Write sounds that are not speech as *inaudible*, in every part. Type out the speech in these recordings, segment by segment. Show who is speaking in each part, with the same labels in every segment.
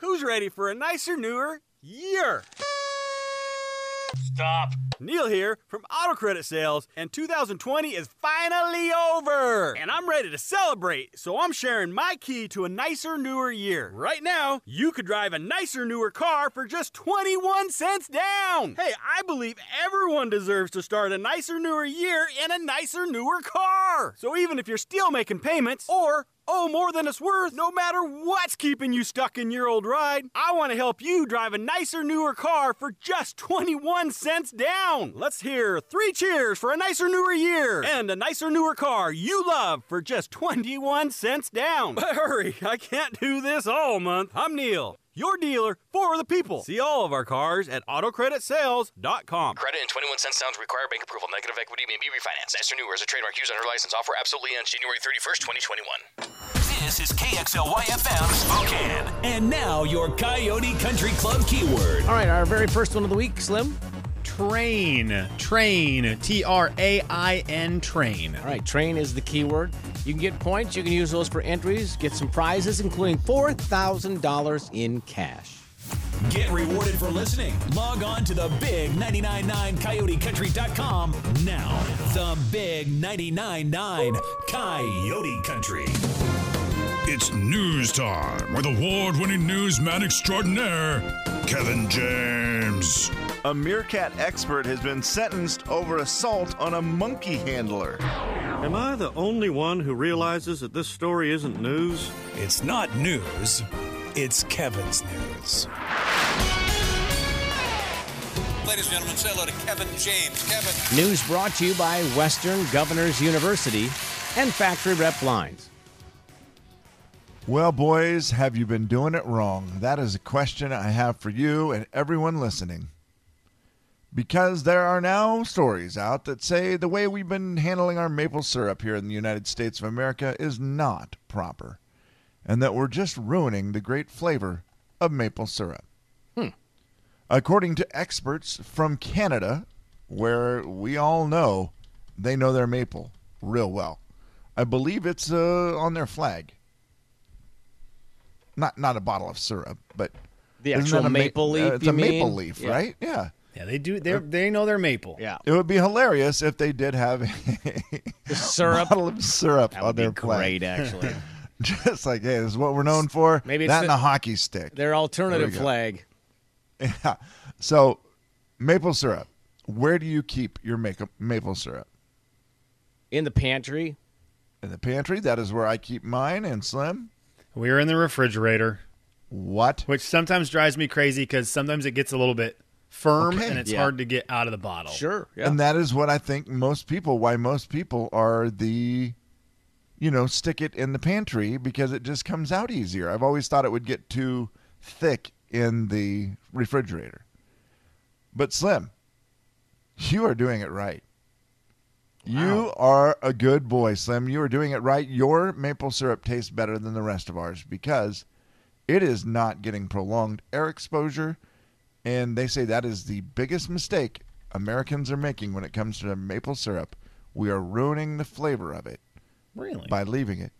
Speaker 1: Who's ready for a nicer, newer year?
Speaker 2: Stop.
Speaker 1: Neil here from Auto Credit Sales, and 2020 is finally over! And I'm ready to celebrate, so I'm sharing my key to a nicer, newer year. Right now, you could drive a nicer, newer car for just 21 cents down! Hey, I believe everyone deserves to start a nicer, newer year in a nicer, newer car! So even if you're still making payments, or owe Oh, more than it's worth, no matter what's keeping you stuck in your old ride. I want to help you drive a nicer, newer car for just 21 cents down. Let's hear three cheers for a nicer, newer year and a nicer, newer car you love for just 21 cents down. But *laughs* hurry, I can't do this all month. I'm Neil. Your dealer for the people. See all of our cars at autocreditsales.com.
Speaker 2: Credit and 21 cents sounds require bank approval. Negative equity may be refinanced. Nicer Newer is a trademark used under license. Offer absolutely ends January 31st, 2021.
Speaker 3: This is KXLY FM Spokane. And now your Coyote Country Club keyword.
Speaker 4: All right, our very first one of the week, Slim.
Speaker 5: Train. Train. T R A I N. Train.
Speaker 4: All right, train is the keyword. You can get points. You can use those for entries, get some prizes, including $4,000 in cash.
Speaker 3: Get rewarded for listening. Log on to the big 999 coyotecountry.com now. The big 999 Coyote Country.
Speaker 6: It's news time with award winning newsman extraordinaire, Kevin James.
Speaker 7: A meerkat expert has been sentenced over assault on a monkey handler.
Speaker 8: Am I the only one who realizes that this story isn't news?
Speaker 9: It's not news, it's Kevin's news.
Speaker 10: Ladies and gentlemen, say hello to Kevin James. Kevin.
Speaker 4: News brought to you by Western Governors University and Factory Rep Lines.
Speaker 7: Well, boys, have you been doing it wrong? That is a question I have for you and everyone listening. Because there are now stories out that say the way we've been handling our maple syrup here in the United States of America is not proper, and that we're just ruining the great flavor of maple syrup. According to experts from Canada, where we all know they know their maple real well, I believe it's uh, on their flag. Not not a bottle of syrup, but
Speaker 4: The
Speaker 7: isn't
Speaker 4: actual
Speaker 7: that a
Speaker 4: maple leaf,
Speaker 7: uh, it's
Speaker 4: you
Speaker 7: a maple
Speaker 4: mean?
Speaker 7: leaf,
Speaker 4: Yeah.
Speaker 7: right? Yeah.
Speaker 5: Yeah, they do. They they know their maple.
Speaker 7: *laughs*
Speaker 4: Yeah.
Speaker 7: It would be hilarious if they did have *laughs* a
Speaker 4: Syrup.
Speaker 7: bottle of syrup
Speaker 4: That
Speaker 7: on
Speaker 4: would be
Speaker 7: their
Speaker 4: great,
Speaker 7: flag.
Speaker 4: actually.
Speaker 7: *laughs* Just like, hey, this is what we're known for.
Speaker 4: *laughs* Maybe it's
Speaker 7: that and
Speaker 4: the-
Speaker 7: a hockey stick.
Speaker 4: Their alternative
Speaker 7: There we go.
Speaker 4: flag.
Speaker 7: So, maple syrup. Where do you keep your make- maple syrup?
Speaker 4: In the pantry.
Speaker 7: In the pantry. That is where I keep mine. And Slim,
Speaker 5: We're in the refrigerator,
Speaker 7: what?
Speaker 5: which sometimes drives me crazy because sometimes it gets a little bit firm
Speaker 7: Okay.
Speaker 5: and it's
Speaker 4: Yeah.
Speaker 5: hard to get out of the bottle.
Speaker 4: Sure. Yeah.
Speaker 7: And that is what I think most people. Why most people are the, you know, stick it in the pantry because it just comes out easier. I've always thought it would get too thick in the refrigerator. But Slim, you are doing it right. You are a good boy, Slim. You are doing it right. Your maple syrup tastes better than the rest of ours because it is not getting prolonged air exposure. And they say that is the biggest mistake Americans are making when it comes to maple syrup. We are ruining the flavor of it
Speaker 5: Really?
Speaker 7: by leaving it.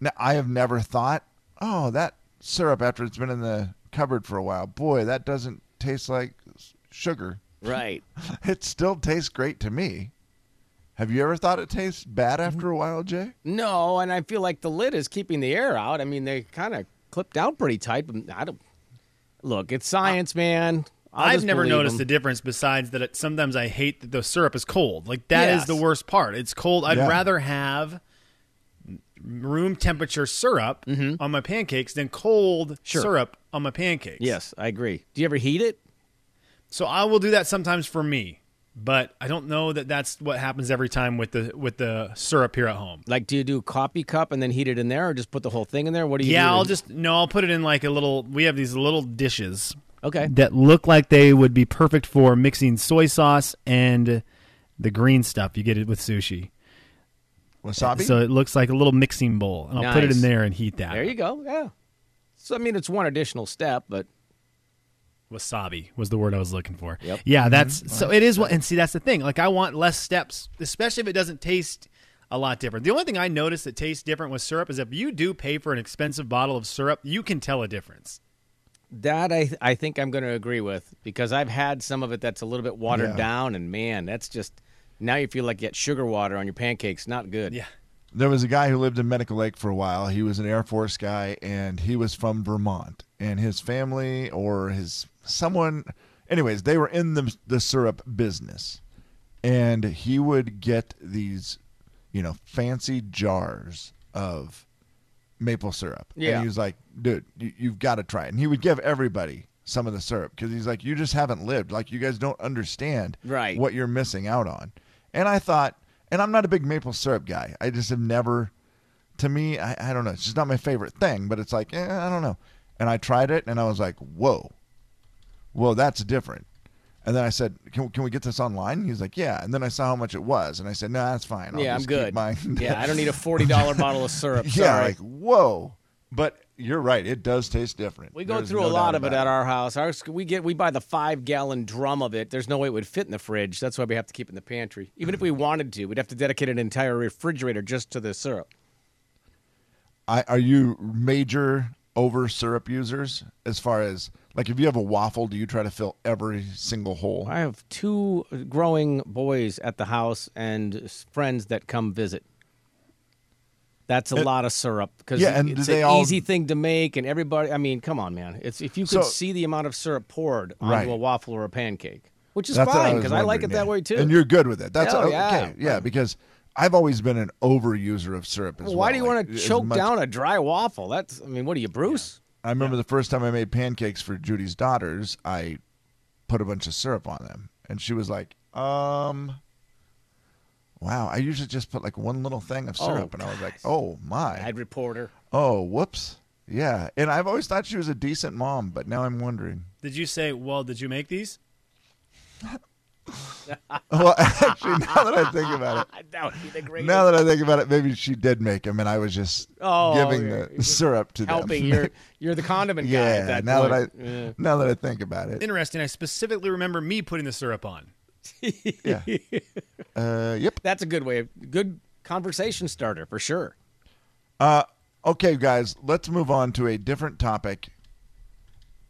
Speaker 7: Now, I have never thought, oh, that syrup after it's been in the cupboard for a while, boy, that doesn't taste like s- sugar.
Speaker 4: Right.
Speaker 7: It still tastes great to me. Have you ever thought it tastes bad after a while, Jay?
Speaker 4: No, and I feel like the lid is keeping the air out. I mean, they kind of clipped out pretty tight. But I don't look. It's science, man. I'll
Speaker 5: I've
Speaker 4: just
Speaker 5: never
Speaker 4: believe
Speaker 5: noticed a
Speaker 4: them.
Speaker 5: difference besides that it, sometimes I hate that the syrup is cold. Like that is
Speaker 4: Yes.
Speaker 5: the worst part. It's cold. I'd
Speaker 7: Yeah.
Speaker 5: rather have room temperature syrup on my pancakes than cold
Speaker 4: Mm-hmm. Sure.
Speaker 5: syrup on my pancakes.
Speaker 4: Yes, I agree. Do you ever heat it?
Speaker 5: So I will do that sometimes for me, but I don't know that that's what happens every time with the with the syrup here at home.
Speaker 4: Like, do you do coffee cup and then heat it in there, or just put the whole thing in there? What do you? do
Speaker 5: Yeah,
Speaker 4: to-
Speaker 5: I'll just no, I'll put it in like a little. We have these little dishes
Speaker 4: okay.
Speaker 5: that look like they would be perfect for mixing soy sauce and the green stuff you get it with sushi.
Speaker 7: Wasabi?
Speaker 5: So it looks like a little mixing bowl, and I'll put it
Speaker 4: Nice.
Speaker 5: in there and heat that.
Speaker 4: There you go. Yeah. So I mean, it's one additional step, but
Speaker 5: Wasabi was the word I was looking for.
Speaker 4: Yep.
Speaker 5: Yeah, that's so it is what and see that's the thing. Like I want less steps, especially if it doesn't taste a lot different. The only thing I noticed that tastes different with syrup is if you do pay for an expensive bottle of syrup, you can tell a difference.
Speaker 4: That I I think I'm going to agree with because I've had some of it that's a little bit watered
Speaker 7: Yeah.
Speaker 4: down, and man, that's just now you feel like you got sugar water on your pancakes. Not good. Yeah.
Speaker 7: There was a guy who lived in Medical Lake for a while. He was an Air Force guy and he was from Vermont. And his family or his someone, anyways, they were in the, the syrup business. And he would get these, you know, fancy jars of maple syrup. And
Speaker 4: Yeah.
Speaker 7: he was like, dude, you, you've got to try it. And he would give everybody some of the syrup because he's like, you just haven't lived. Like, you guys don't understand
Speaker 4: Right.
Speaker 7: what you're missing out on. And I thought, and I'm not a big maple syrup guy. I just have never, to me, I, I don't know. It's just not my favorite thing, but it's like, eh, I don't know. And I tried it and I was like, whoa, whoa, that's different. And then I said, can, can we get this online? He's like, yeah. And then I saw how much it was. And I said, no, that's fine. I'll
Speaker 4: yeah, I'm
Speaker 7: just keep
Speaker 4: good.
Speaker 7: mine."
Speaker 4: *laughs* yeah, I don't
Speaker 7: *laughs*
Speaker 4: need a forty dollar bottle of syrup.
Speaker 7: Yeah,
Speaker 4: Sorry.
Speaker 7: like, whoa. But you're right. It does taste different.
Speaker 4: We go
Speaker 7: There's
Speaker 4: through a
Speaker 7: no
Speaker 4: lot
Speaker 7: doubt
Speaker 4: of it
Speaker 7: about
Speaker 4: at our house. Ours, we get we buy the five gallon drum of it. There's no way it would fit in the fridge. That's why we have to keep it in the pantry. Even if we wanted to, we'd have to dedicate an entire refrigerator just to the syrup.
Speaker 7: I, are you major over syrup users as far as like if you have a waffle do you try to fill every single hole
Speaker 4: I have two growing boys at the house and s- friends that come visit. That's a
Speaker 7: And-
Speaker 4: lot of syrup because
Speaker 7: Uh, Yeah, and do
Speaker 4: it's
Speaker 7: they
Speaker 4: an
Speaker 7: all-
Speaker 4: easy thing to make, and everybody. I mean, come on, man! It's if you could
Speaker 7: So-
Speaker 4: see the amount of syrup poured onto
Speaker 7: Right.
Speaker 4: a waffle or a pancake, which is
Speaker 7: That's what
Speaker 4: fine
Speaker 7: was
Speaker 4: because I, like it
Speaker 7: wondering,
Speaker 4: that
Speaker 7: yeah.
Speaker 4: way too.
Speaker 7: and you're good with it that's
Speaker 4: Oh,
Speaker 7: okay
Speaker 4: yeah.
Speaker 7: yeah, because i've always been an over user of syrup as
Speaker 4: Why
Speaker 7: well,
Speaker 4: do you
Speaker 7: like,
Speaker 4: want to
Speaker 7: as
Speaker 4: choke
Speaker 7: much-
Speaker 4: down a dry waffle? That's I mean, what are you, Bruce?
Speaker 7: i remember the first time i made pancakes for judy's daughters i put a bunch of syrup on them and she was like um wow i usually just put like one little thing of
Speaker 4: Oh,
Speaker 7: syrup and i was like oh my
Speaker 4: I'd report her.
Speaker 7: Oh, whoops. Yeah. And I've always thought she was a decent mom, but now I'm wondering. *laughs*
Speaker 5: Did you say, well, did you make these?
Speaker 7: Well,
Speaker 4: *laughs*
Speaker 7: actually, now that I think about it,
Speaker 4: That would be *laughs* the greatest.
Speaker 7: now that I think about it, maybe she did make them, and I was just
Speaker 4: Oh,
Speaker 7: giving
Speaker 4: yeah.
Speaker 7: the syrup to
Speaker 4: helping
Speaker 7: them.
Speaker 4: you're *laughs* you're the condiment guy
Speaker 7: *laughs* yeah.
Speaker 4: at that
Speaker 7: now
Speaker 4: point.
Speaker 7: that I
Speaker 4: Yeah.
Speaker 7: now that I think about it,
Speaker 5: Interesting. I specifically remember me putting the syrup on.
Speaker 7: uh, yep.
Speaker 4: That's a good way, of, good conversation starter for sure.
Speaker 7: Okay, guys, let's move on to a different topic,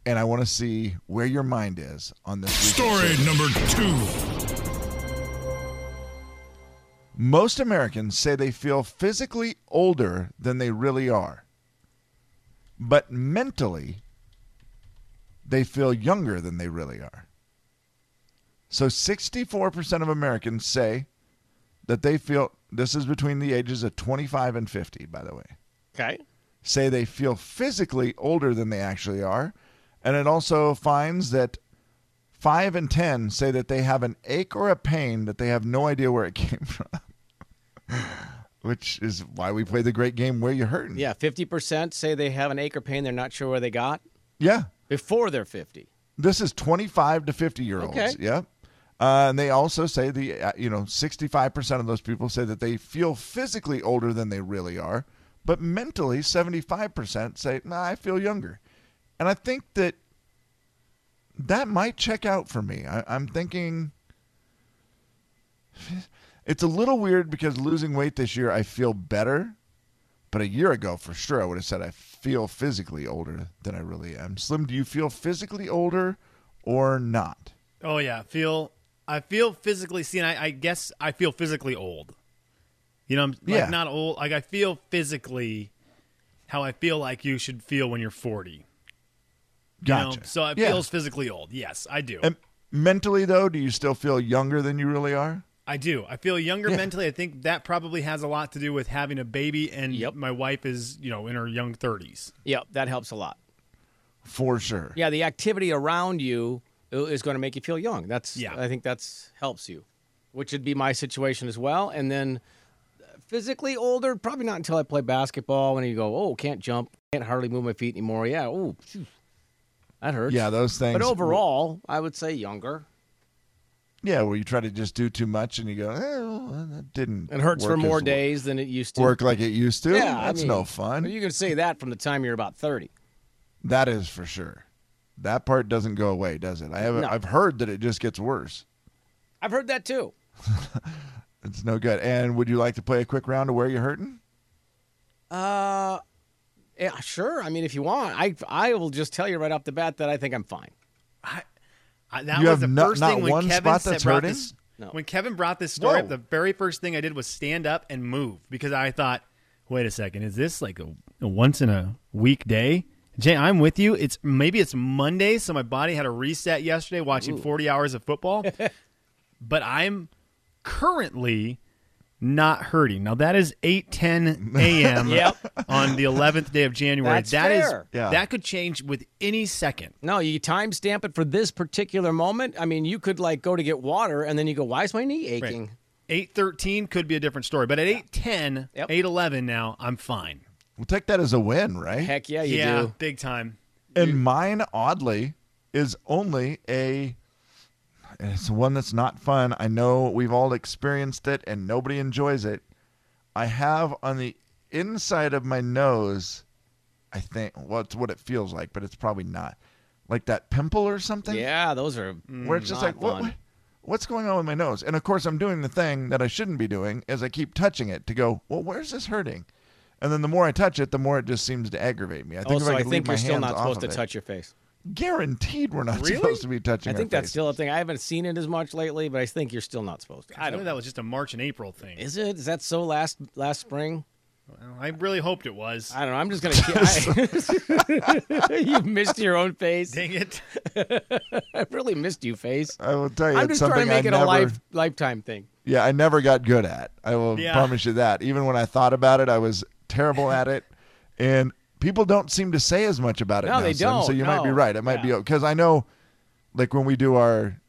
Speaker 7: and I want to see where your mind is on this. week's
Speaker 6: Story number two.
Speaker 7: Most Americans say they feel physically older than they really are, but mentally, they feel younger than they really are. So 64% of Americans say that they feel, this is between the ages of 25 and 50, by the way,
Speaker 4: Okay.
Speaker 7: say they feel physically older than they actually are. And it also finds that 5 and 10 say that they have an ache or a pain that they have no idea where it *laughs* came from. Which is why we play the great game where you hurting.
Speaker 4: Yeah, fifty percent say they have an ache or pain they're not sure where they got
Speaker 7: Yeah.
Speaker 4: before they're fifty.
Speaker 7: This is 25 to 50 year olds.
Speaker 4: Okay.
Speaker 7: Yep. Uh, and they also say the uh, you know 65% of those people say that they feel physically older than they really are, but mentally 75% say, "Nah, I feel younger." And I think that that might check out for me. I, I'm thinking it's a little weird because losing weight this year, I feel better. But a year ago, for sure, I would have said I feel physically older than I really am. Slim, do you feel physically older or not?
Speaker 5: Oh, yeah. Feel, I feel physically, see, and I, I guess I feel physically old. You know, I'm like
Speaker 7: Yeah.
Speaker 5: not old. Like I feel physically how I feel like you should feel when you're 40. You know?
Speaker 7: Gotcha.
Speaker 5: So it
Speaker 7: Yeah.
Speaker 5: feels physically old. Yes, I do.
Speaker 7: And mentally, though, do you still feel younger than you really are?
Speaker 5: I do. I feel younger
Speaker 7: Yeah.
Speaker 5: mentally. I think that probably has a lot to do with having a baby and
Speaker 4: Yep.
Speaker 5: my wife is, you know, in her young 30s.
Speaker 4: Yep, that helps a lot.
Speaker 7: For sure.
Speaker 4: Yeah, the activity around you i- is going to make you feel young. That's
Speaker 5: Yeah.
Speaker 4: I think that's helps you, which would be my situation as well. And then uh, physically older, probably not until I play basketball. When you go, oh, can't jump, can't hardly move my feet anymore. Yeah, oh, phew, that hurts.
Speaker 7: Yeah, those things.
Speaker 4: But overall, I would say younger.
Speaker 7: yeah, where you try to just do too much and you go, eh, well, that didn't.
Speaker 4: It hurts
Speaker 7: work
Speaker 4: for more
Speaker 7: as-
Speaker 4: days than it used to.
Speaker 7: Work like it used to.
Speaker 4: Yeah, I
Speaker 7: that's
Speaker 4: mean,
Speaker 7: no fun.
Speaker 4: You can say that from the time you're about thirty.
Speaker 7: That is for sure. That part doesn't go away, does it? I have
Speaker 4: No.
Speaker 7: I've heard that it just gets worse.
Speaker 4: I've heard that too.
Speaker 7: It's no good. And would you like to play a quick round of where you hurting?
Speaker 4: Yeah, sure. I mean, if you want, I I will just tell you right off the bat that I think I'm fine.
Speaker 5: I, that
Speaker 4: You
Speaker 5: was
Speaker 4: have
Speaker 5: the
Speaker 4: no-
Speaker 5: first
Speaker 4: not
Speaker 5: thing when
Speaker 4: one
Speaker 5: Kevin
Speaker 4: spot
Speaker 5: said-
Speaker 4: that's
Speaker 5: brought
Speaker 4: hurting?
Speaker 5: this.
Speaker 4: No.
Speaker 5: When Kevin brought this story up,
Speaker 4: Whoa.
Speaker 5: the very first thing I did was stand up and move because I thought, "Wait a second, is this like a, a once in a weekday?" Jay, I'm with you. It's maybe it's Monday, so my body had a reset yesterday watching
Speaker 11: Ooh.
Speaker 5: 40 hours of
Speaker 4: *laughs*
Speaker 5: football. but I'm currently not hurting. Now that is
Speaker 4: *laughs*
Speaker 5: 8:10 a.m.
Speaker 4: Yep.
Speaker 5: on the 11th day of January.
Speaker 4: That's
Speaker 5: That is-
Speaker 4: fair. Yeah.
Speaker 5: that could change with any second.
Speaker 4: No, you timestamp it for this particular moment. I mean, you could like go to get water, and then you go, "Why is my knee aching?"
Speaker 5: Eight thirteen could be a different story, but at eight ten, eight eleven now, I'm fine.
Speaker 7: We'll take that as a win, right?
Speaker 4: Heck yeah, you do.
Speaker 5: big time.
Speaker 7: And mine, oddly, is only a. It's one that's not fun. I know we've all experienced it and nobody enjoys it. I have on the inside of my nose, I think, well, it's what it feels like, but it's probably not. Like that pimple or something?
Speaker 4: Yeah, those are
Speaker 7: Where it's just
Speaker 4: Mm, not
Speaker 7: like, what,
Speaker 4: fun.
Speaker 7: what- what's going on with my nose? And of course, I'm doing the thing that I shouldn't be doing is I keep touching it to go, well, where's this hurting? And then the more I touch it, the more it just seems to aggravate me. I think
Speaker 4: also,
Speaker 7: if I,
Speaker 4: I
Speaker 7: could leave
Speaker 4: think
Speaker 7: my
Speaker 4: you're still
Speaker 7: hands
Speaker 4: not
Speaker 7: off
Speaker 4: supposed to
Speaker 7: of it-
Speaker 4: touch your face.
Speaker 7: Guaranteed, we're not *laughs*
Speaker 4: Really?
Speaker 7: supposed to be touching.
Speaker 4: I
Speaker 7: our
Speaker 4: think that's
Speaker 7: face.
Speaker 4: still a thing. I haven't seen it as much lately, but I think you're still not supposed to.
Speaker 5: I know that was just a March and April thing.
Speaker 4: Is it? Is that so last last spring?
Speaker 5: I really hoped it was.
Speaker 4: I don't know. I'm *laughs* just gonna. I, *laughs* you missed your own face.
Speaker 5: Dang it!
Speaker 4: I really missed you, face.
Speaker 7: I will tell you,
Speaker 4: I'm
Speaker 7: it's
Speaker 4: just trying to
Speaker 7: something I
Speaker 4: make it a
Speaker 7: never-
Speaker 4: life, lifetime thing.
Speaker 7: Yeah, I never got good at. I will
Speaker 4: Yeah.
Speaker 7: promise you that. Even when I thought about it, I was terrible
Speaker 4: *laughs*
Speaker 7: at it, and people don't seem to say as much about it.
Speaker 4: No,
Speaker 7: now,
Speaker 4: they
Speaker 7: Sim, so
Speaker 4: don't.
Speaker 7: you might be
Speaker 4: No.
Speaker 7: right. It might be because I know, like when we do our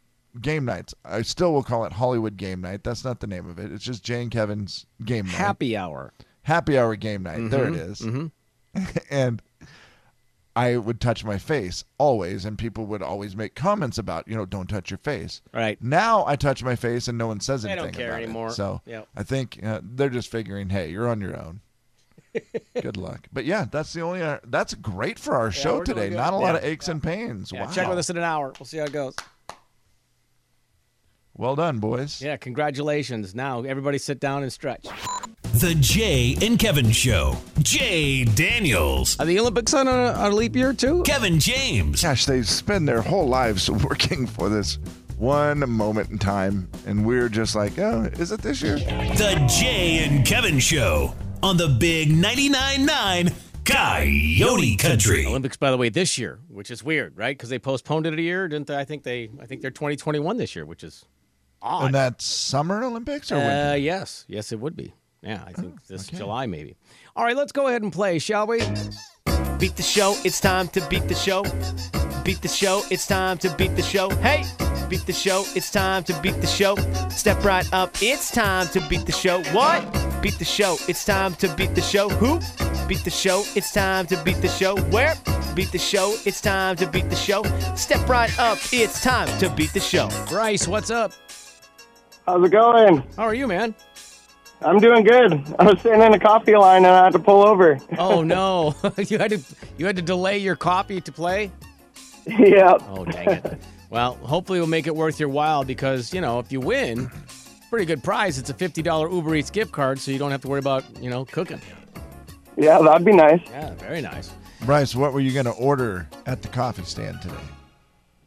Speaker 7: game nights, I still will call it Hollywood game night. That's not the name of it. It's just Jane Kevin's game night.
Speaker 4: Happy hour.
Speaker 7: Happy hour game night. There it
Speaker 4: Mhm,
Speaker 7: is. *laughs* and I would touch my face always, and people would always make comments about, you know, don't touch your face.
Speaker 4: Right.
Speaker 7: Now I touch my face and no one says
Speaker 4: They don't
Speaker 7: anything.
Speaker 4: care
Speaker 7: about it.
Speaker 4: anymore.
Speaker 7: So
Speaker 4: Yep.
Speaker 7: I think uh, they're just figuring, hey, you're on your
Speaker 4: *laughs*
Speaker 7: own. good luck. But yeah, that's the only, uh, that's great for our show
Speaker 4: we're doing
Speaker 7: today.
Speaker 4: good.
Speaker 7: Not a lot
Speaker 4: Yeah.
Speaker 7: of aches and pains.
Speaker 4: Yeah,
Speaker 7: wow.
Speaker 4: Check with us in an hour. We'll see how it goes.
Speaker 7: Well done, boys.
Speaker 4: Yeah, congratulations. Now everybody sit down and stretch.
Speaker 3: The Jay and Kevin Show. Jay Daniels.
Speaker 4: Are the Olympics on a, on a leap year too?
Speaker 3: Kevin James.
Speaker 7: Gosh, they spend their whole lives *laughs* working for this one moment in time, and we're just like, oh, is it this year?
Speaker 3: The Jay and Kevin Show on the Big 99.9 9 Coyote Country.
Speaker 4: Olympics, by the way, this year, which is weird, right? Because they postponed it a year, didn't they? I think they, I think they're 2021 this year, which is odd.
Speaker 7: And that's Summer Olympics or
Speaker 4: Uh,
Speaker 7: winter?
Speaker 4: yes, yes, it would be. Yeah, I think this July maybe. All right, let's go ahead and play, shall we?
Speaker 12: Beat the show, it's time to beat the show. Beat the show, it's time to beat the show. Hey! Beat the show, it's time to beat the show. Step right up, it's time to beat the show. What? Beat the show, it's time to beat the show. Who? Beat the show, it's time to beat the show. Where? Beat the show, it's time to beat the show. Step right up, it's time to beat the show.
Speaker 4: Bryce, what's up?
Speaker 13: How's it going?
Speaker 4: How are you, man?
Speaker 13: I'm doing good. I was sitting in a coffee line and I had to pull over.
Speaker 4: Oh
Speaker 13: *laughs*
Speaker 4: no, *laughs* you had to you had to delay your copy to play.
Speaker 13: Yep.
Speaker 4: Oh dang it. Well, hopefully we'll make it worth your while because you know if you win, pretty good prize. It's a fifty dollar Uber Eats gift card, so you don't have to worry about you know cooking.
Speaker 13: Yeah, that'd be nice.
Speaker 4: Yeah, very nice.
Speaker 7: Bryce, what were you going to order at the coffee stand today?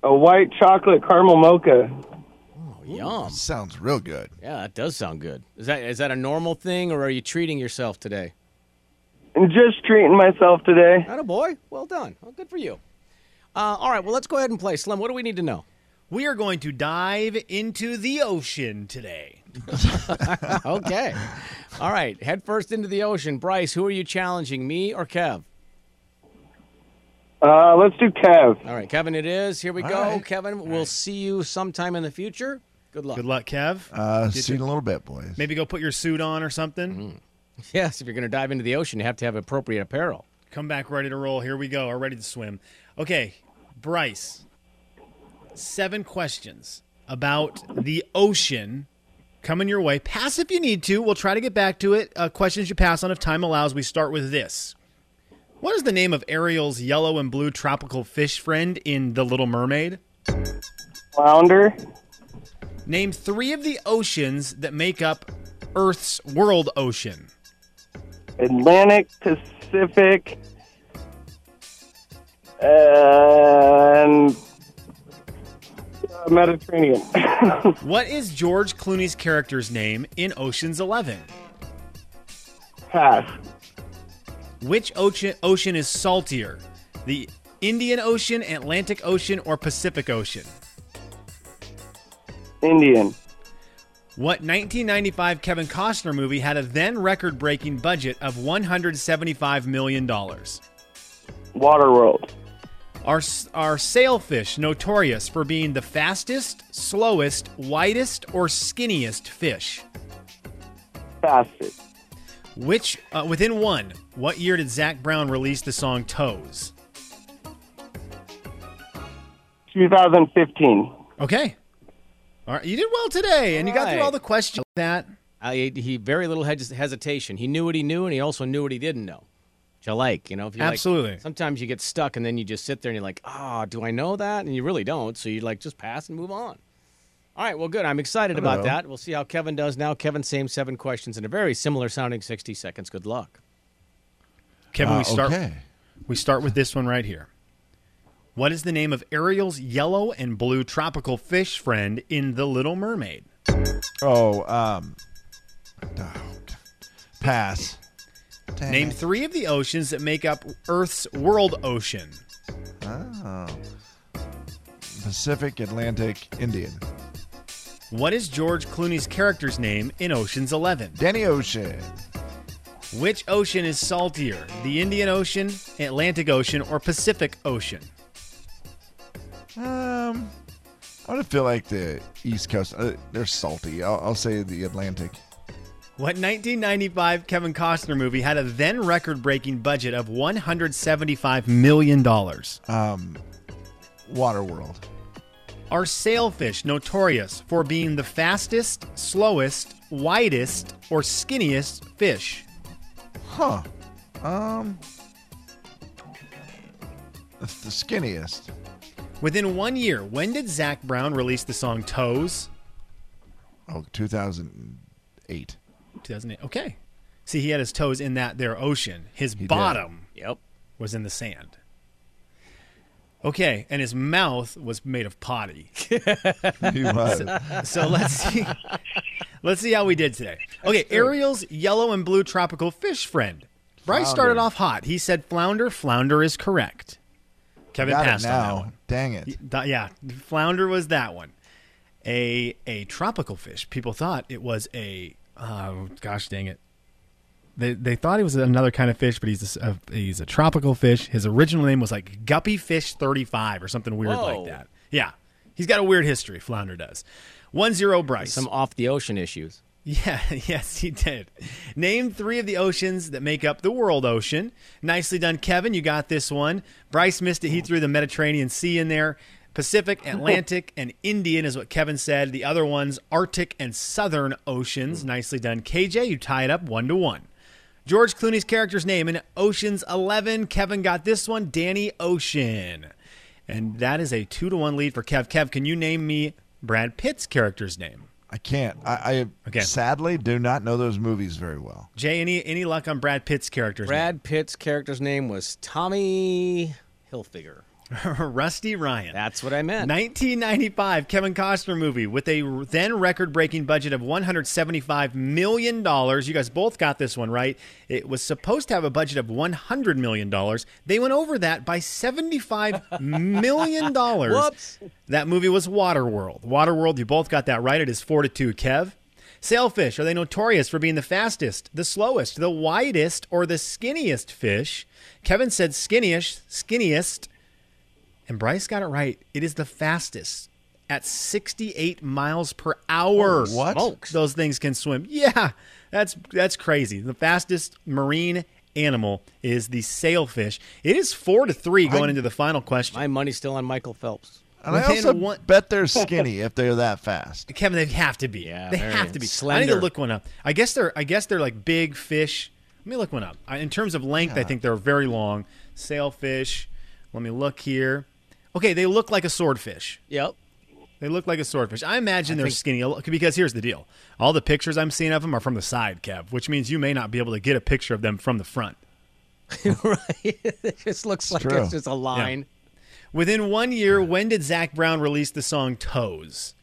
Speaker 13: A white chocolate caramel mocha.
Speaker 4: Yum.
Speaker 7: Sounds real good.
Speaker 4: Yeah, that does sound good. Is that is that a normal thing, or are you treating yourself today?
Speaker 13: And just treating myself today.
Speaker 4: Not a boy. Well done. Well, good for you. Uh, all right. Well, let's go ahead and play. Slim, what do we need to know?
Speaker 5: We are going to dive into the ocean today.
Speaker 13: *laughs*
Speaker 4: okay. All right. Head first into the ocean. Bryce, who are you challenging, me or Kev?
Speaker 13: Uh, let's do Kev.
Speaker 4: All right, Kevin, it is. Here we
Speaker 13: All
Speaker 4: go.
Speaker 13: right.
Speaker 4: Kevin, we'll see you sometime in the future. Good luck.
Speaker 5: Good luck, Kev.
Speaker 7: Uh,
Speaker 5: Did
Speaker 7: see you in
Speaker 5: you-
Speaker 7: a little bit, boys.
Speaker 5: Maybe go put your suit on or something.
Speaker 4: Mm-hmm. Yes, if you're going to dive into the ocean, you have to have appropriate apparel.
Speaker 5: Come back ready to roll. Here we go. Are ready to swim. Okay, Bryce. Seven questions about the ocean coming your way. Pass if you need to. We'll try to get back to it. Uh, questions you pass on if time allows. We start with this. What is the name of Ariel's yellow and blue tropical fish friend in The Little Mermaid?
Speaker 13: Flounder,
Speaker 5: Name three of the oceans that make up Earth's world ocean.
Speaker 13: Atlantic, Pacific, And uh, Mediterranean. *laughs*
Speaker 5: what is George Clooney's character's name in Ocean's Eleven?
Speaker 13: Pass.
Speaker 5: Which ocean ocean is saltier, the Indian Ocean, Atlantic Ocean, or Pacific Ocean?
Speaker 13: Indian.
Speaker 5: What 1995 Kevin Costner movie had a then record-breaking budget of 175 million dollars?
Speaker 13: Waterworld.
Speaker 5: Are, are sailfish notorious for being the fastest, slowest, widest, or skinniest fish?
Speaker 13: Fastest.
Speaker 5: Which, uh, within one, what year did Zach Brown release the song Toes?
Speaker 13: 2015.
Speaker 5: Okay. All right, you did well today, and you got through
Speaker 4: Right.
Speaker 5: all the questions. That
Speaker 4: I, he very little hes- hesitation. He knew what he knew, and he also knew what he didn't know. Which I like, you know. If you like-
Speaker 5: Absolutely.
Speaker 4: sometimes you get stuck, and then you just sit there and you're like, "Ah, do I know that?" And you really don't. So you like just pass and move on. All right. Well, good. I'm excited about
Speaker 12: Hello.
Speaker 4: that. We'll see how Kevin does now. Kevin, same seven questions in a very similar sounding 60 seconds. Good luck.
Speaker 5: Kevin,
Speaker 4: Uh,
Speaker 5: we start.
Speaker 4: okay.
Speaker 5: We start with this one right here. What is the name of Ariel's yellow and blue tropical fish friend in The Little Mermaid?
Speaker 7: Oh, um, oh, pass. Dang
Speaker 5: Name
Speaker 7: it.
Speaker 5: three of the oceans that make up Earth's world ocean.
Speaker 7: Oh. Pacific, Atlantic, Indian.
Speaker 5: What is George Clooney's character's name in Ocean's Eleven?
Speaker 7: Danny Ocean.
Speaker 5: Which ocean is saltier, the Indian Ocean, Atlantic Ocean, or Pacific Ocean?
Speaker 7: Um, I would feel like the East Coast. Uh, they're salty. I'll, I'll say the Atlantic.
Speaker 5: What 1995 Kevin Costner movie had a then record breaking budget of $175 million? Um,
Speaker 7: Waterworld.
Speaker 5: Are sailfish notorious for being the fastest, slowest, widest, or skinniest fish?
Speaker 7: Huh. Um, that's the skinniest.
Speaker 5: Within one year, when did Zach Brown release the song Toes?
Speaker 7: Oh,
Speaker 5: *laughs*
Speaker 7: 2008.
Speaker 5: 2008. Okay. See, he had his toes in that there ocean. His bottom
Speaker 4: yep.
Speaker 5: was in the sand. Okay, and his mouth was made of potty. he
Speaker 7: was.
Speaker 5: So, so let's see. Let's see how we did today. Okay, Ariel's yellow and blue tropical fish friend. Bryce started
Speaker 7: Flounder.
Speaker 5: off hot. He said flounder. Flounder is correct. Kevin
Speaker 7: Got it
Speaker 5: passed on that
Speaker 7: now.
Speaker 5: one.
Speaker 7: Dang it.
Speaker 5: Th- yeah, flounder was that one. A a tropical fish. People thought it was a oh gosh dang it. They they thought he was another kind of fish, but he's a, s- a- he's a tropical fish. His original name was like guppy fish 35 or something weird
Speaker 4: Whoa.
Speaker 5: like that. Yeah. He's got a weird history, flounder does. 1-0 Bryce.
Speaker 4: Some off the ocean issues.
Speaker 5: *laughs* Yeah, yes, he did. Name three of the oceans that make up the world ocean. Nicely done, Kevin. You got this one. Bryce missed it. He threw the Mediterranean Sea in there. Pacific, Atlantic, and Indian is what Kevin said. The other ones, Arctic and Southern oceans. Nicely done, KJ. You tie it up one to one. George Clooney's character's name in Ocean's 11. Kevin got this one, Danny Ocean. And that is a two to one lead for Kev. Kev, can you name me Brad Pitt's character's name?
Speaker 7: I can't. I, I sadly do not know those movies very well.
Speaker 5: Jay, any any luck on Brad Pitt's character's
Speaker 4: Brad Pitt's character's name was Tommy Hilfiger.
Speaker 5: name? *laughs* Rusty Ryan.
Speaker 4: That's what I meant.
Speaker 5: 1995 Kevin Costner movie with a then record-breaking budget of 175 million dollars. You guys both got this one right. It was supposed to have a budget of 100 million dollars. They went over that by 75 million dollars.
Speaker 4: Whoops.
Speaker 5: That movie was Waterworld. Waterworld, you both got that right. It is 4 to 2, Kev. Sailfish, are they notorious for being the fastest, the slowest, the widest, or the skinniest fish? Kevin said skinniest, skinniest, and Bryce got it right. It is the fastest at 68 miles per hour.
Speaker 7: Holy What? smokes.
Speaker 5: Those things can swim. *laughs* Yeah, that's that's crazy. The fastest marine animal is the sailfish. It is four to three going into the final question.
Speaker 4: My money's still on Michael Phelps.
Speaker 7: And I
Speaker 5: Within
Speaker 7: also
Speaker 5: one-
Speaker 7: bet they're skinny if they're that fast.
Speaker 5: Kevin, they have to be. Yeah, they
Speaker 4: very
Speaker 5: have to be. I need
Speaker 4: slender.
Speaker 5: to look one up. I guess they're. I guess they're like big fish. Let me look one up. I, in terms of length, I
Speaker 12: Yeah.
Speaker 5: think they're very long. Sailfish. Let me look here. Okay, they look like a swordfish.
Speaker 4: Yep.
Speaker 5: They look like a swordfish. I imagine
Speaker 12: I
Speaker 5: they're
Speaker 12: think-
Speaker 5: skinny a- because here's the deal: all the pictures I'm seeing of them are from the side, Kev, which means you may not be able to get a picture of them from the front.
Speaker 4: *laughs* it just looks like
Speaker 5: true.
Speaker 4: it's just a line.
Speaker 5: Within one year, when did Zach Brown release the song Toes?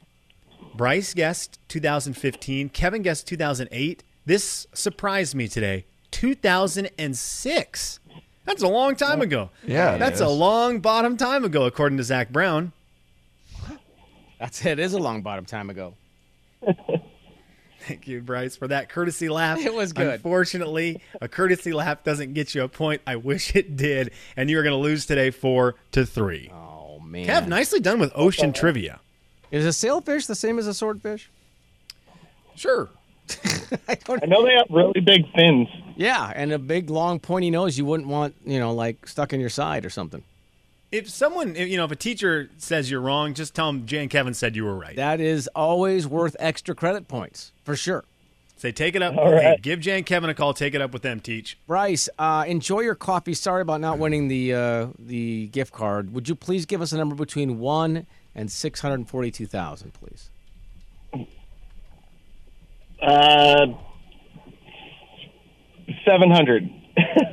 Speaker 5: Bryce guessed 2015. Kevin guessed 2008. This surprised me today. 2006. That's a long time ago.
Speaker 7: yeah, it
Speaker 5: That's
Speaker 7: is.
Speaker 5: a long bottom time ago, according to Zach Brown.
Speaker 4: That's it. Is a long bottom time ago.
Speaker 5: Thank you, Bryce, for that courtesy laugh.
Speaker 4: It was good.
Speaker 5: Unfortunately, a courtesy laugh doesn't get you a point. I wish it did. And you are going to lose today four to three.
Speaker 4: Oh, man.
Speaker 5: Kev, nicely done with ocean trivia.
Speaker 4: Is a sailfish the same as a swordfish? *laughs*
Speaker 5: Sure.
Speaker 4: I, don't...
Speaker 13: I know they have really big fins.
Speaker 4: Yeah, and a big, long, pointy nose you wouldn't want, you know, like stuck in your side or something.
Speaker 5: If someone, if, you know, if a teacher says you're wrong, just tell them Jan Kevin said you were right.
Speaker 4: That is always worth extra credit points, for sure.
Speaker 5: Say, take it
Speaker 4: *laughs*
Speaker 5: up.
Speaker 4: All right.
Speaker 5: Hey, give Jan Kevin a call. Take it up with them, teach.
Speaker 4: Bryce, uh, enjoy your coffee. Sorry about not winning the uh, the gift card. Would you please give us a number between one and six hundred forty-two thousand, please?
Speaker 13: Uh, *laughs* 700.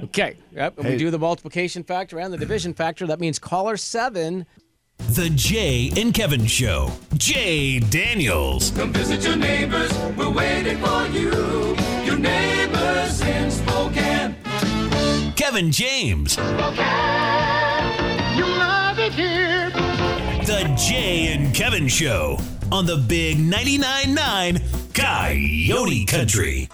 Speaker 4: Okay. Yep. and We
Speaker 13: Hey.
Speaker 4: do the multiplication factor and the division factor. That means caller seven.
Speaker 3: The Jay and Kevin Show. Jay Daniels.
Speaker 11: Come visit your neighbors. We're waiting for you. Your neighbors in Spokane.
Speaker 3: Kevin James.
Speaker 11: You love it here.
Speaker 3: The Jay and Kevin Show on the Big 99.9 Coyote Country.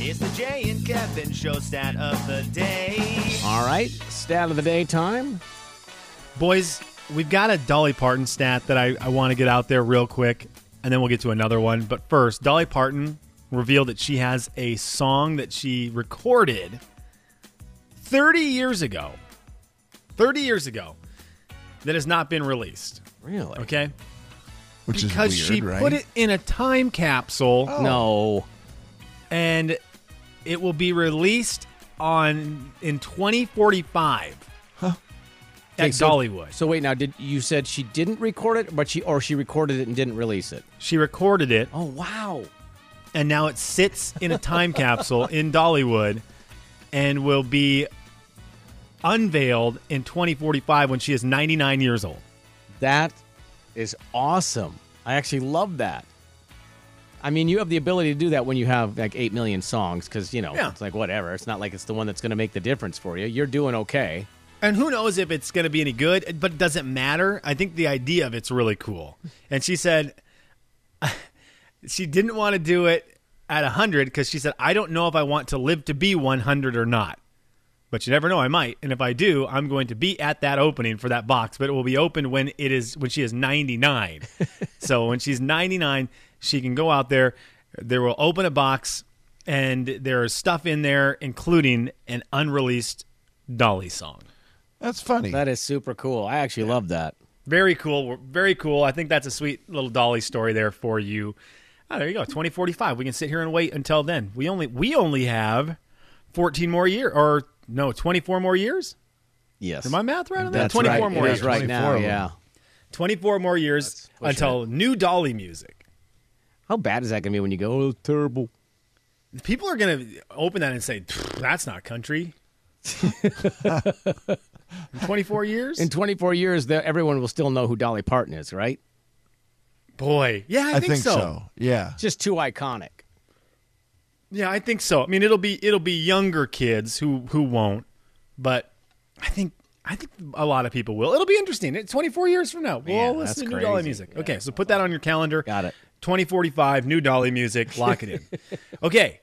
Speaker 12: It's the Jay and Kevin show stat of the day.
Speaker 4: All right. Stat of the day time.
Speaker 5: Boys, we've got a Dolly Parton stat that I, I want to get out there real quick, and then we'll get to another one. But first, Dolly Parton revealed that she has a song that she recorded 30 years ago. 30 years ago that has not been released.
Speaker 4: Really?
Speaker 5: Okay.
Speaker 7: Which is
Speaker 5: because she
Speaker 7: weird,
Speaker 5: put
Speaker 7: right?
Speaker 5: it in a time capsule.
Speaker 7: Oh.
Speaker 4: No.
Speaker 5: And it will be released on in 2045. Huh. At
Speaker 4: Okay, so-
Speaker 5: Dollywood.
Speaker 4: So wait, now did you said she didn't record it, but she or she recorded it and didn't release it?
Speaker 5: She recorded it.
Speaker 4: Oh wow.
Speaker 5: and now it sits in a time capsule in Dollywood and will be unveiled in 2045 when she is 99 years old.
Speaker 4: That is awesome. I actually love that. I mean, you have the ability to do that when you have like 8 million songs because, you know,
Speaker 5: Yeah.
Speaker 4: it's like whatever. It's not like it's the one that's going to make the difference for you. You're doing okay.
Speaker 5: And who knows if it's going to be any good, but it doesn't matter. I think the idea of it's really cool. And she said *laughs* she didn't want to do it at 100 because she said, I don't know if I want to live to be 100 or not. But you never know, I might. And if I do, I'm going to be at that opening for that box, but it will be open when it is when she is 99. so when she's 99, she can go out there, there will open a box and there is stuff in there including an unreleased Dolly song.
Speaker 7: That's funny.
Speaker 4: That is super cool. I actually love that.
Speaker 5: Very cool. Very cool. I think that's a sweet little Dolly story there for you. Oh, there you go. 2045. We can sit here and wait until then. We only we only have 14 more year or no, 24 more years?
Speaker 4: Yes.
Speaker 5: Did my math right on that?
Speaker 4: That's
Speaker 5: 24
Speaker 4: right.
Speaker 5: more
Speaker 4: It
Speaker 5: years
Speaker 4: is right now,
Speaker 5: 24 of them.
Speaker 4: yeah.
Speaker 5: 24 more years
Speaker 4: push
Speaker 5: until new Dolly music.
Speaker 4: How bad is that going to be when you go, oh, terrible?
Speaker 5: People are going to open that and say, "Pfft, "That's
Speaker 4: *laughs*
Speaker 5: not country." In 24 years?
Speaker 4: In 24 years, there- everyone will still know who Dolly Parton is, right?
Speaker 5: Boy. Yeah, I, think, so.
Speaker 7: Yeah.
Speaker 4: Just too iconic.
Speaker 5: Yeah, I think so. I mean, it'll be it'll be younger kids who who won't, but I think I think a lot of people will. It'll be interesting. It's 24 years from now. We'll all
Speaker 4: Man, that's
Speaker 5: listen to new Dolly
Speaker 4: crazy.
Speaker 5: music. Okay, so put that on your calendar.
Speaker 4: Got it.
Speaker 5: 2045, new Dolly music. Lock it in.
Speaker 4: *laughs*
Speaker 5: okay.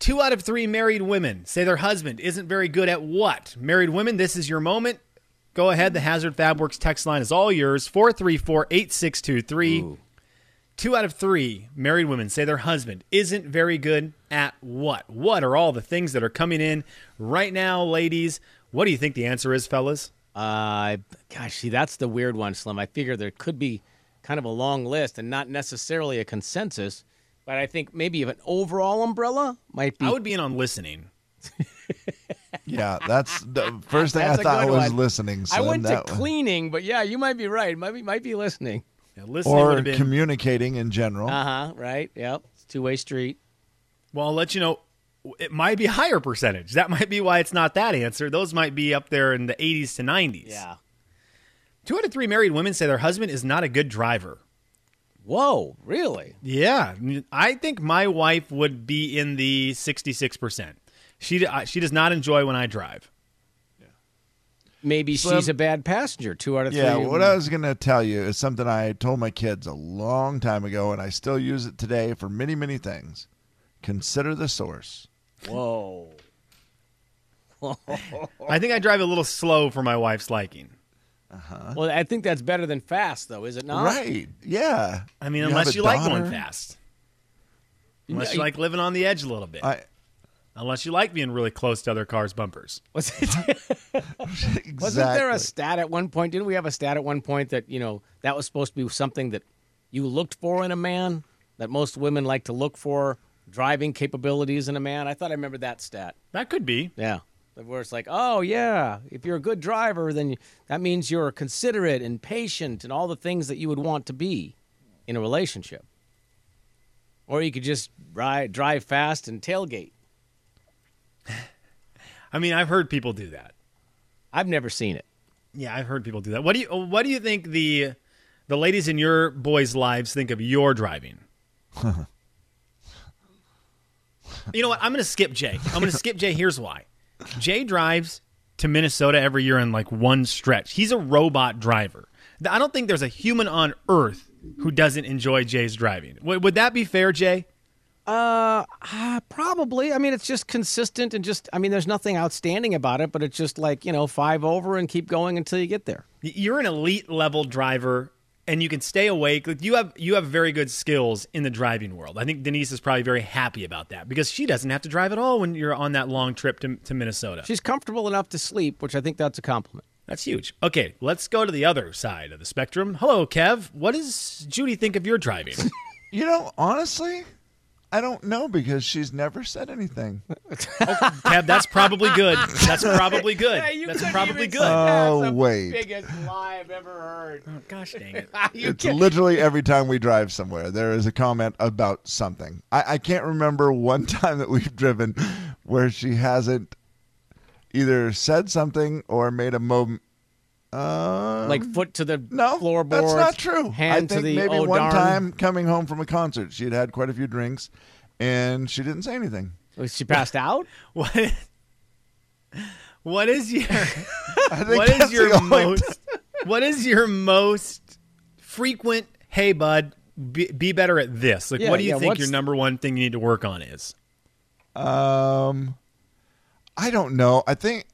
Speaker 5: Two out of three married women say their husband isn't very good at what? Married women, this is your moment. Go ahead. The Hazard Fabworks text line is all yours 434 8623. Two out of three married women say their husband isn't very good at what? What are all the things that are coming in right now, ladies? What do you think the answer is, fellas?
Speaker 4: Uh, gosh, see, that's the weird one, Slim. I figure there could be kind of a long list and not necessarily a consensus, but I think maybe of an overall umbrella might be.
Speaker 5: I would be in on listening.
Speaker 7: Yeah,
Speaker 5: *laughs*
Speaker 7: that's the first thing
Speaker 4: That's
Speaker 7: I
Speaker 4: a
Speaker 7: thought
Speaker 4: good
Speaker 7: was
Speaker 4: one.
Speaker 7: listening.
Speaker 4: I
Speaker 7: Slim,
Speaker 4: went to
Speaker 7: that one.
Speaker 4: cleaning, but yeah, you might be right. Might be, might be listening. Uh-huh,
Speaker 5: Yeah, listening would
Speaker 7: or
Speaker 5: have been. Ah,
Speaker 7: communicating in general.
Speaker 4: Uh huh. Right. Yep. It's two way street.
Speaker 5: well, I'll let you know it might be a higher percentage. That might be why it's not that answer. Those might be up there in the 80s to 90s. Yeah. Two out of three married women say their husband is not a good driver.
Speaker 4: Whoa, really?
Speaker 5: Yeah. I think my wife would be in the 66%. She, I- she does not enjoy when I drive.
Speaker 4: Maybe
Speaker 5: Slim-
Speaker 4: she's a bad passenger. Two out of
Speaker 7: Yeah,
Speaker 4: three.
Speaker 7: what I was going to tell you is something I told my kids a long time ago, and I still use it today for many, many things. Consider the source.
Speaker 4: Whoa.
Speaker 5: I think I drive a little slow for my wife's liking. Uh-huh.
Speaker 4: Well, I think that's better than fast, though, is it not?
Speaker 7: Right. Yeah.
Speaker 5: I mean,
Speaker 7: You have
Speaker 5: unless
Speaker 7: a
Speaker 5: you like going
Speaker 7: daughter.
Speaker 5: fast. Unless
Speaker 4: Yeah,
Speaker 5: you
Speaker 4: you-
Speaker 5: like living on the edge a little bit.
Speaker 7: I-
Speaker 5: unless you like being really close to other cars' bumpers.
Speaker 7: *laughs*
Speaker 4: Wasn't there a
Speaker 5: Exactly.
Speaker 4: stat at one point? Didn't we have a stat at one point that you know that was supposed to be something that you looked for in a man? That most women like to look for driving capabilities in a man. I thought I remembered that stat.
Speaker 5: That could be.
Speaker 4: Yeah. Where it's like, oh yeah, if you're a good driver, then you- that means you're considerate and patient and all the things that you would want to be in a relationship. Or you could just ride, drive fast and tailgate.
Speaker 5: I mean, I've heard people do that.
Speaker 4: I've never seen it.
Speaker 5: Yeah, I've heard people do that. What do you What do you think the the ladies in your boys' lives think of your driving? you know what? I'm going to skip Jay. I'm going to skip Jay. Here's why. Jay drives to Minnesota every year in like one stretch. He's a robot driver. Th- I don't think there's a human on earth who doesn't enjoy Jay's driving. Would, would that be fair, Jay?
Speaker 4: Uh, ah, probably. I mean, it's just consistent and just. I mean, there's nothing outstanding about it, but it's just like you know, five over and keep going until you get there.
Speaker 5: Y- You're an elite level driver and you can stay awake. Like, You have you have very good skills in the driving world. I think Denise is probably very happy about that because she doesn't have to drive at all when you're on that long trip to, to Minnesota.
Speaker 4: She's comfortable enough to sleep, which I think that's a compliment.
Speaker 5: That's huge. Okay, let's go to the other side of the spectrum. Hello, Kev. What does Judy think of
Speaker 4: *laughs*
Speaker 5: your driving?
Speaker 7: You know, honestly, I don't know because she's never
Speaker 4: *laughs*
Speaker 7: said anything.
Speaker 5: Kev, that's probably good. That's probably good.
Speaker 4: Hey, you
Speaker 5: that's
Speaker 4: couldn't
Speaker 5: probably
Speaker 4: even say
Speaker 5: good.
Speaker 4: that.
Speaker 7: Oh,
Speaker 4: That's the
Speaker 7: wait.
Speaker 4: Biggest lie I've ever heard. Oh,
Speaker 5: gosh dang it!
Speaker 7: it's literally every time we drive somewhere, there is a comment about something. I, I can't remember one *laughs* time that we've driven where she hasn't either said something or made a moment. Uh,
Speaker 4: *laughs* like foot to the
Speaker 7: no,
Speaker 4: floorboards.
Speaker 7: That's not true. I
Speaker 4: Hand
Speaker 7: think
Speaker 4: to the
Speaker 7: maybe
Speaker 4: oh,
Speaker 7: one
Speaker 4: darn.
Speaker 7: time coming home from a concert, she had had quite a few drinks, and she didn't say anything.
Speaker 4: She passed out.
Speaker 5: What? What is your
Speaker 7: I think
Speaker 5: What is
Speaker 7: that's the
Speaker 5: your
Speaker 7: only time.
Speaker 5: most What is your most frequent? Hey, bud, be, be better at this. Like,
Speaker 7: Yeah,
Speaker 5: what do you
Speaker 7: yeah,
Speaker 5: think
Speaker 7: what's-
Speaker 5: your number one thing you need to work on is?
Speaker 7: Um, I don't know. I think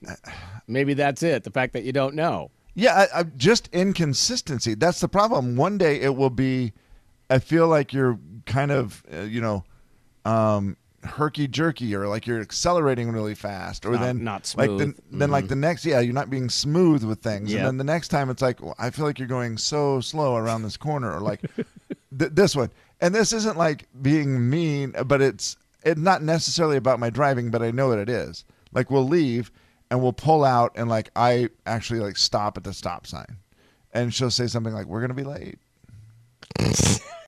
Speaker 4: maybe that's it. The fact that you don't know.
Speaker 7: Yeah, I, I, just inconsistency. That's the problem. One day it will be. I feel like you're kind of, uh, you know, um, herky jerky, or like you're accelerating really fast, or
Speaker 4: Not-
Speaker 7: then
Speaker 4: not
Speaker 7: Like the,
Speaker 4: smooth.
Speaker 7: Then like the next, yeah, you're not being smooth with things,
Speaker 4: Yeah.
Speaker 7: and then the next time it's like, well, I feel like you're going so slow around this corner, or like th- this one. And this isn't like being mean, but it's it's not necessarily about my driving, but I know that it is. Like we'll leave and we'll pull out and like I actually like stop at the stop sign. And she'll say something like, We're gonna be late.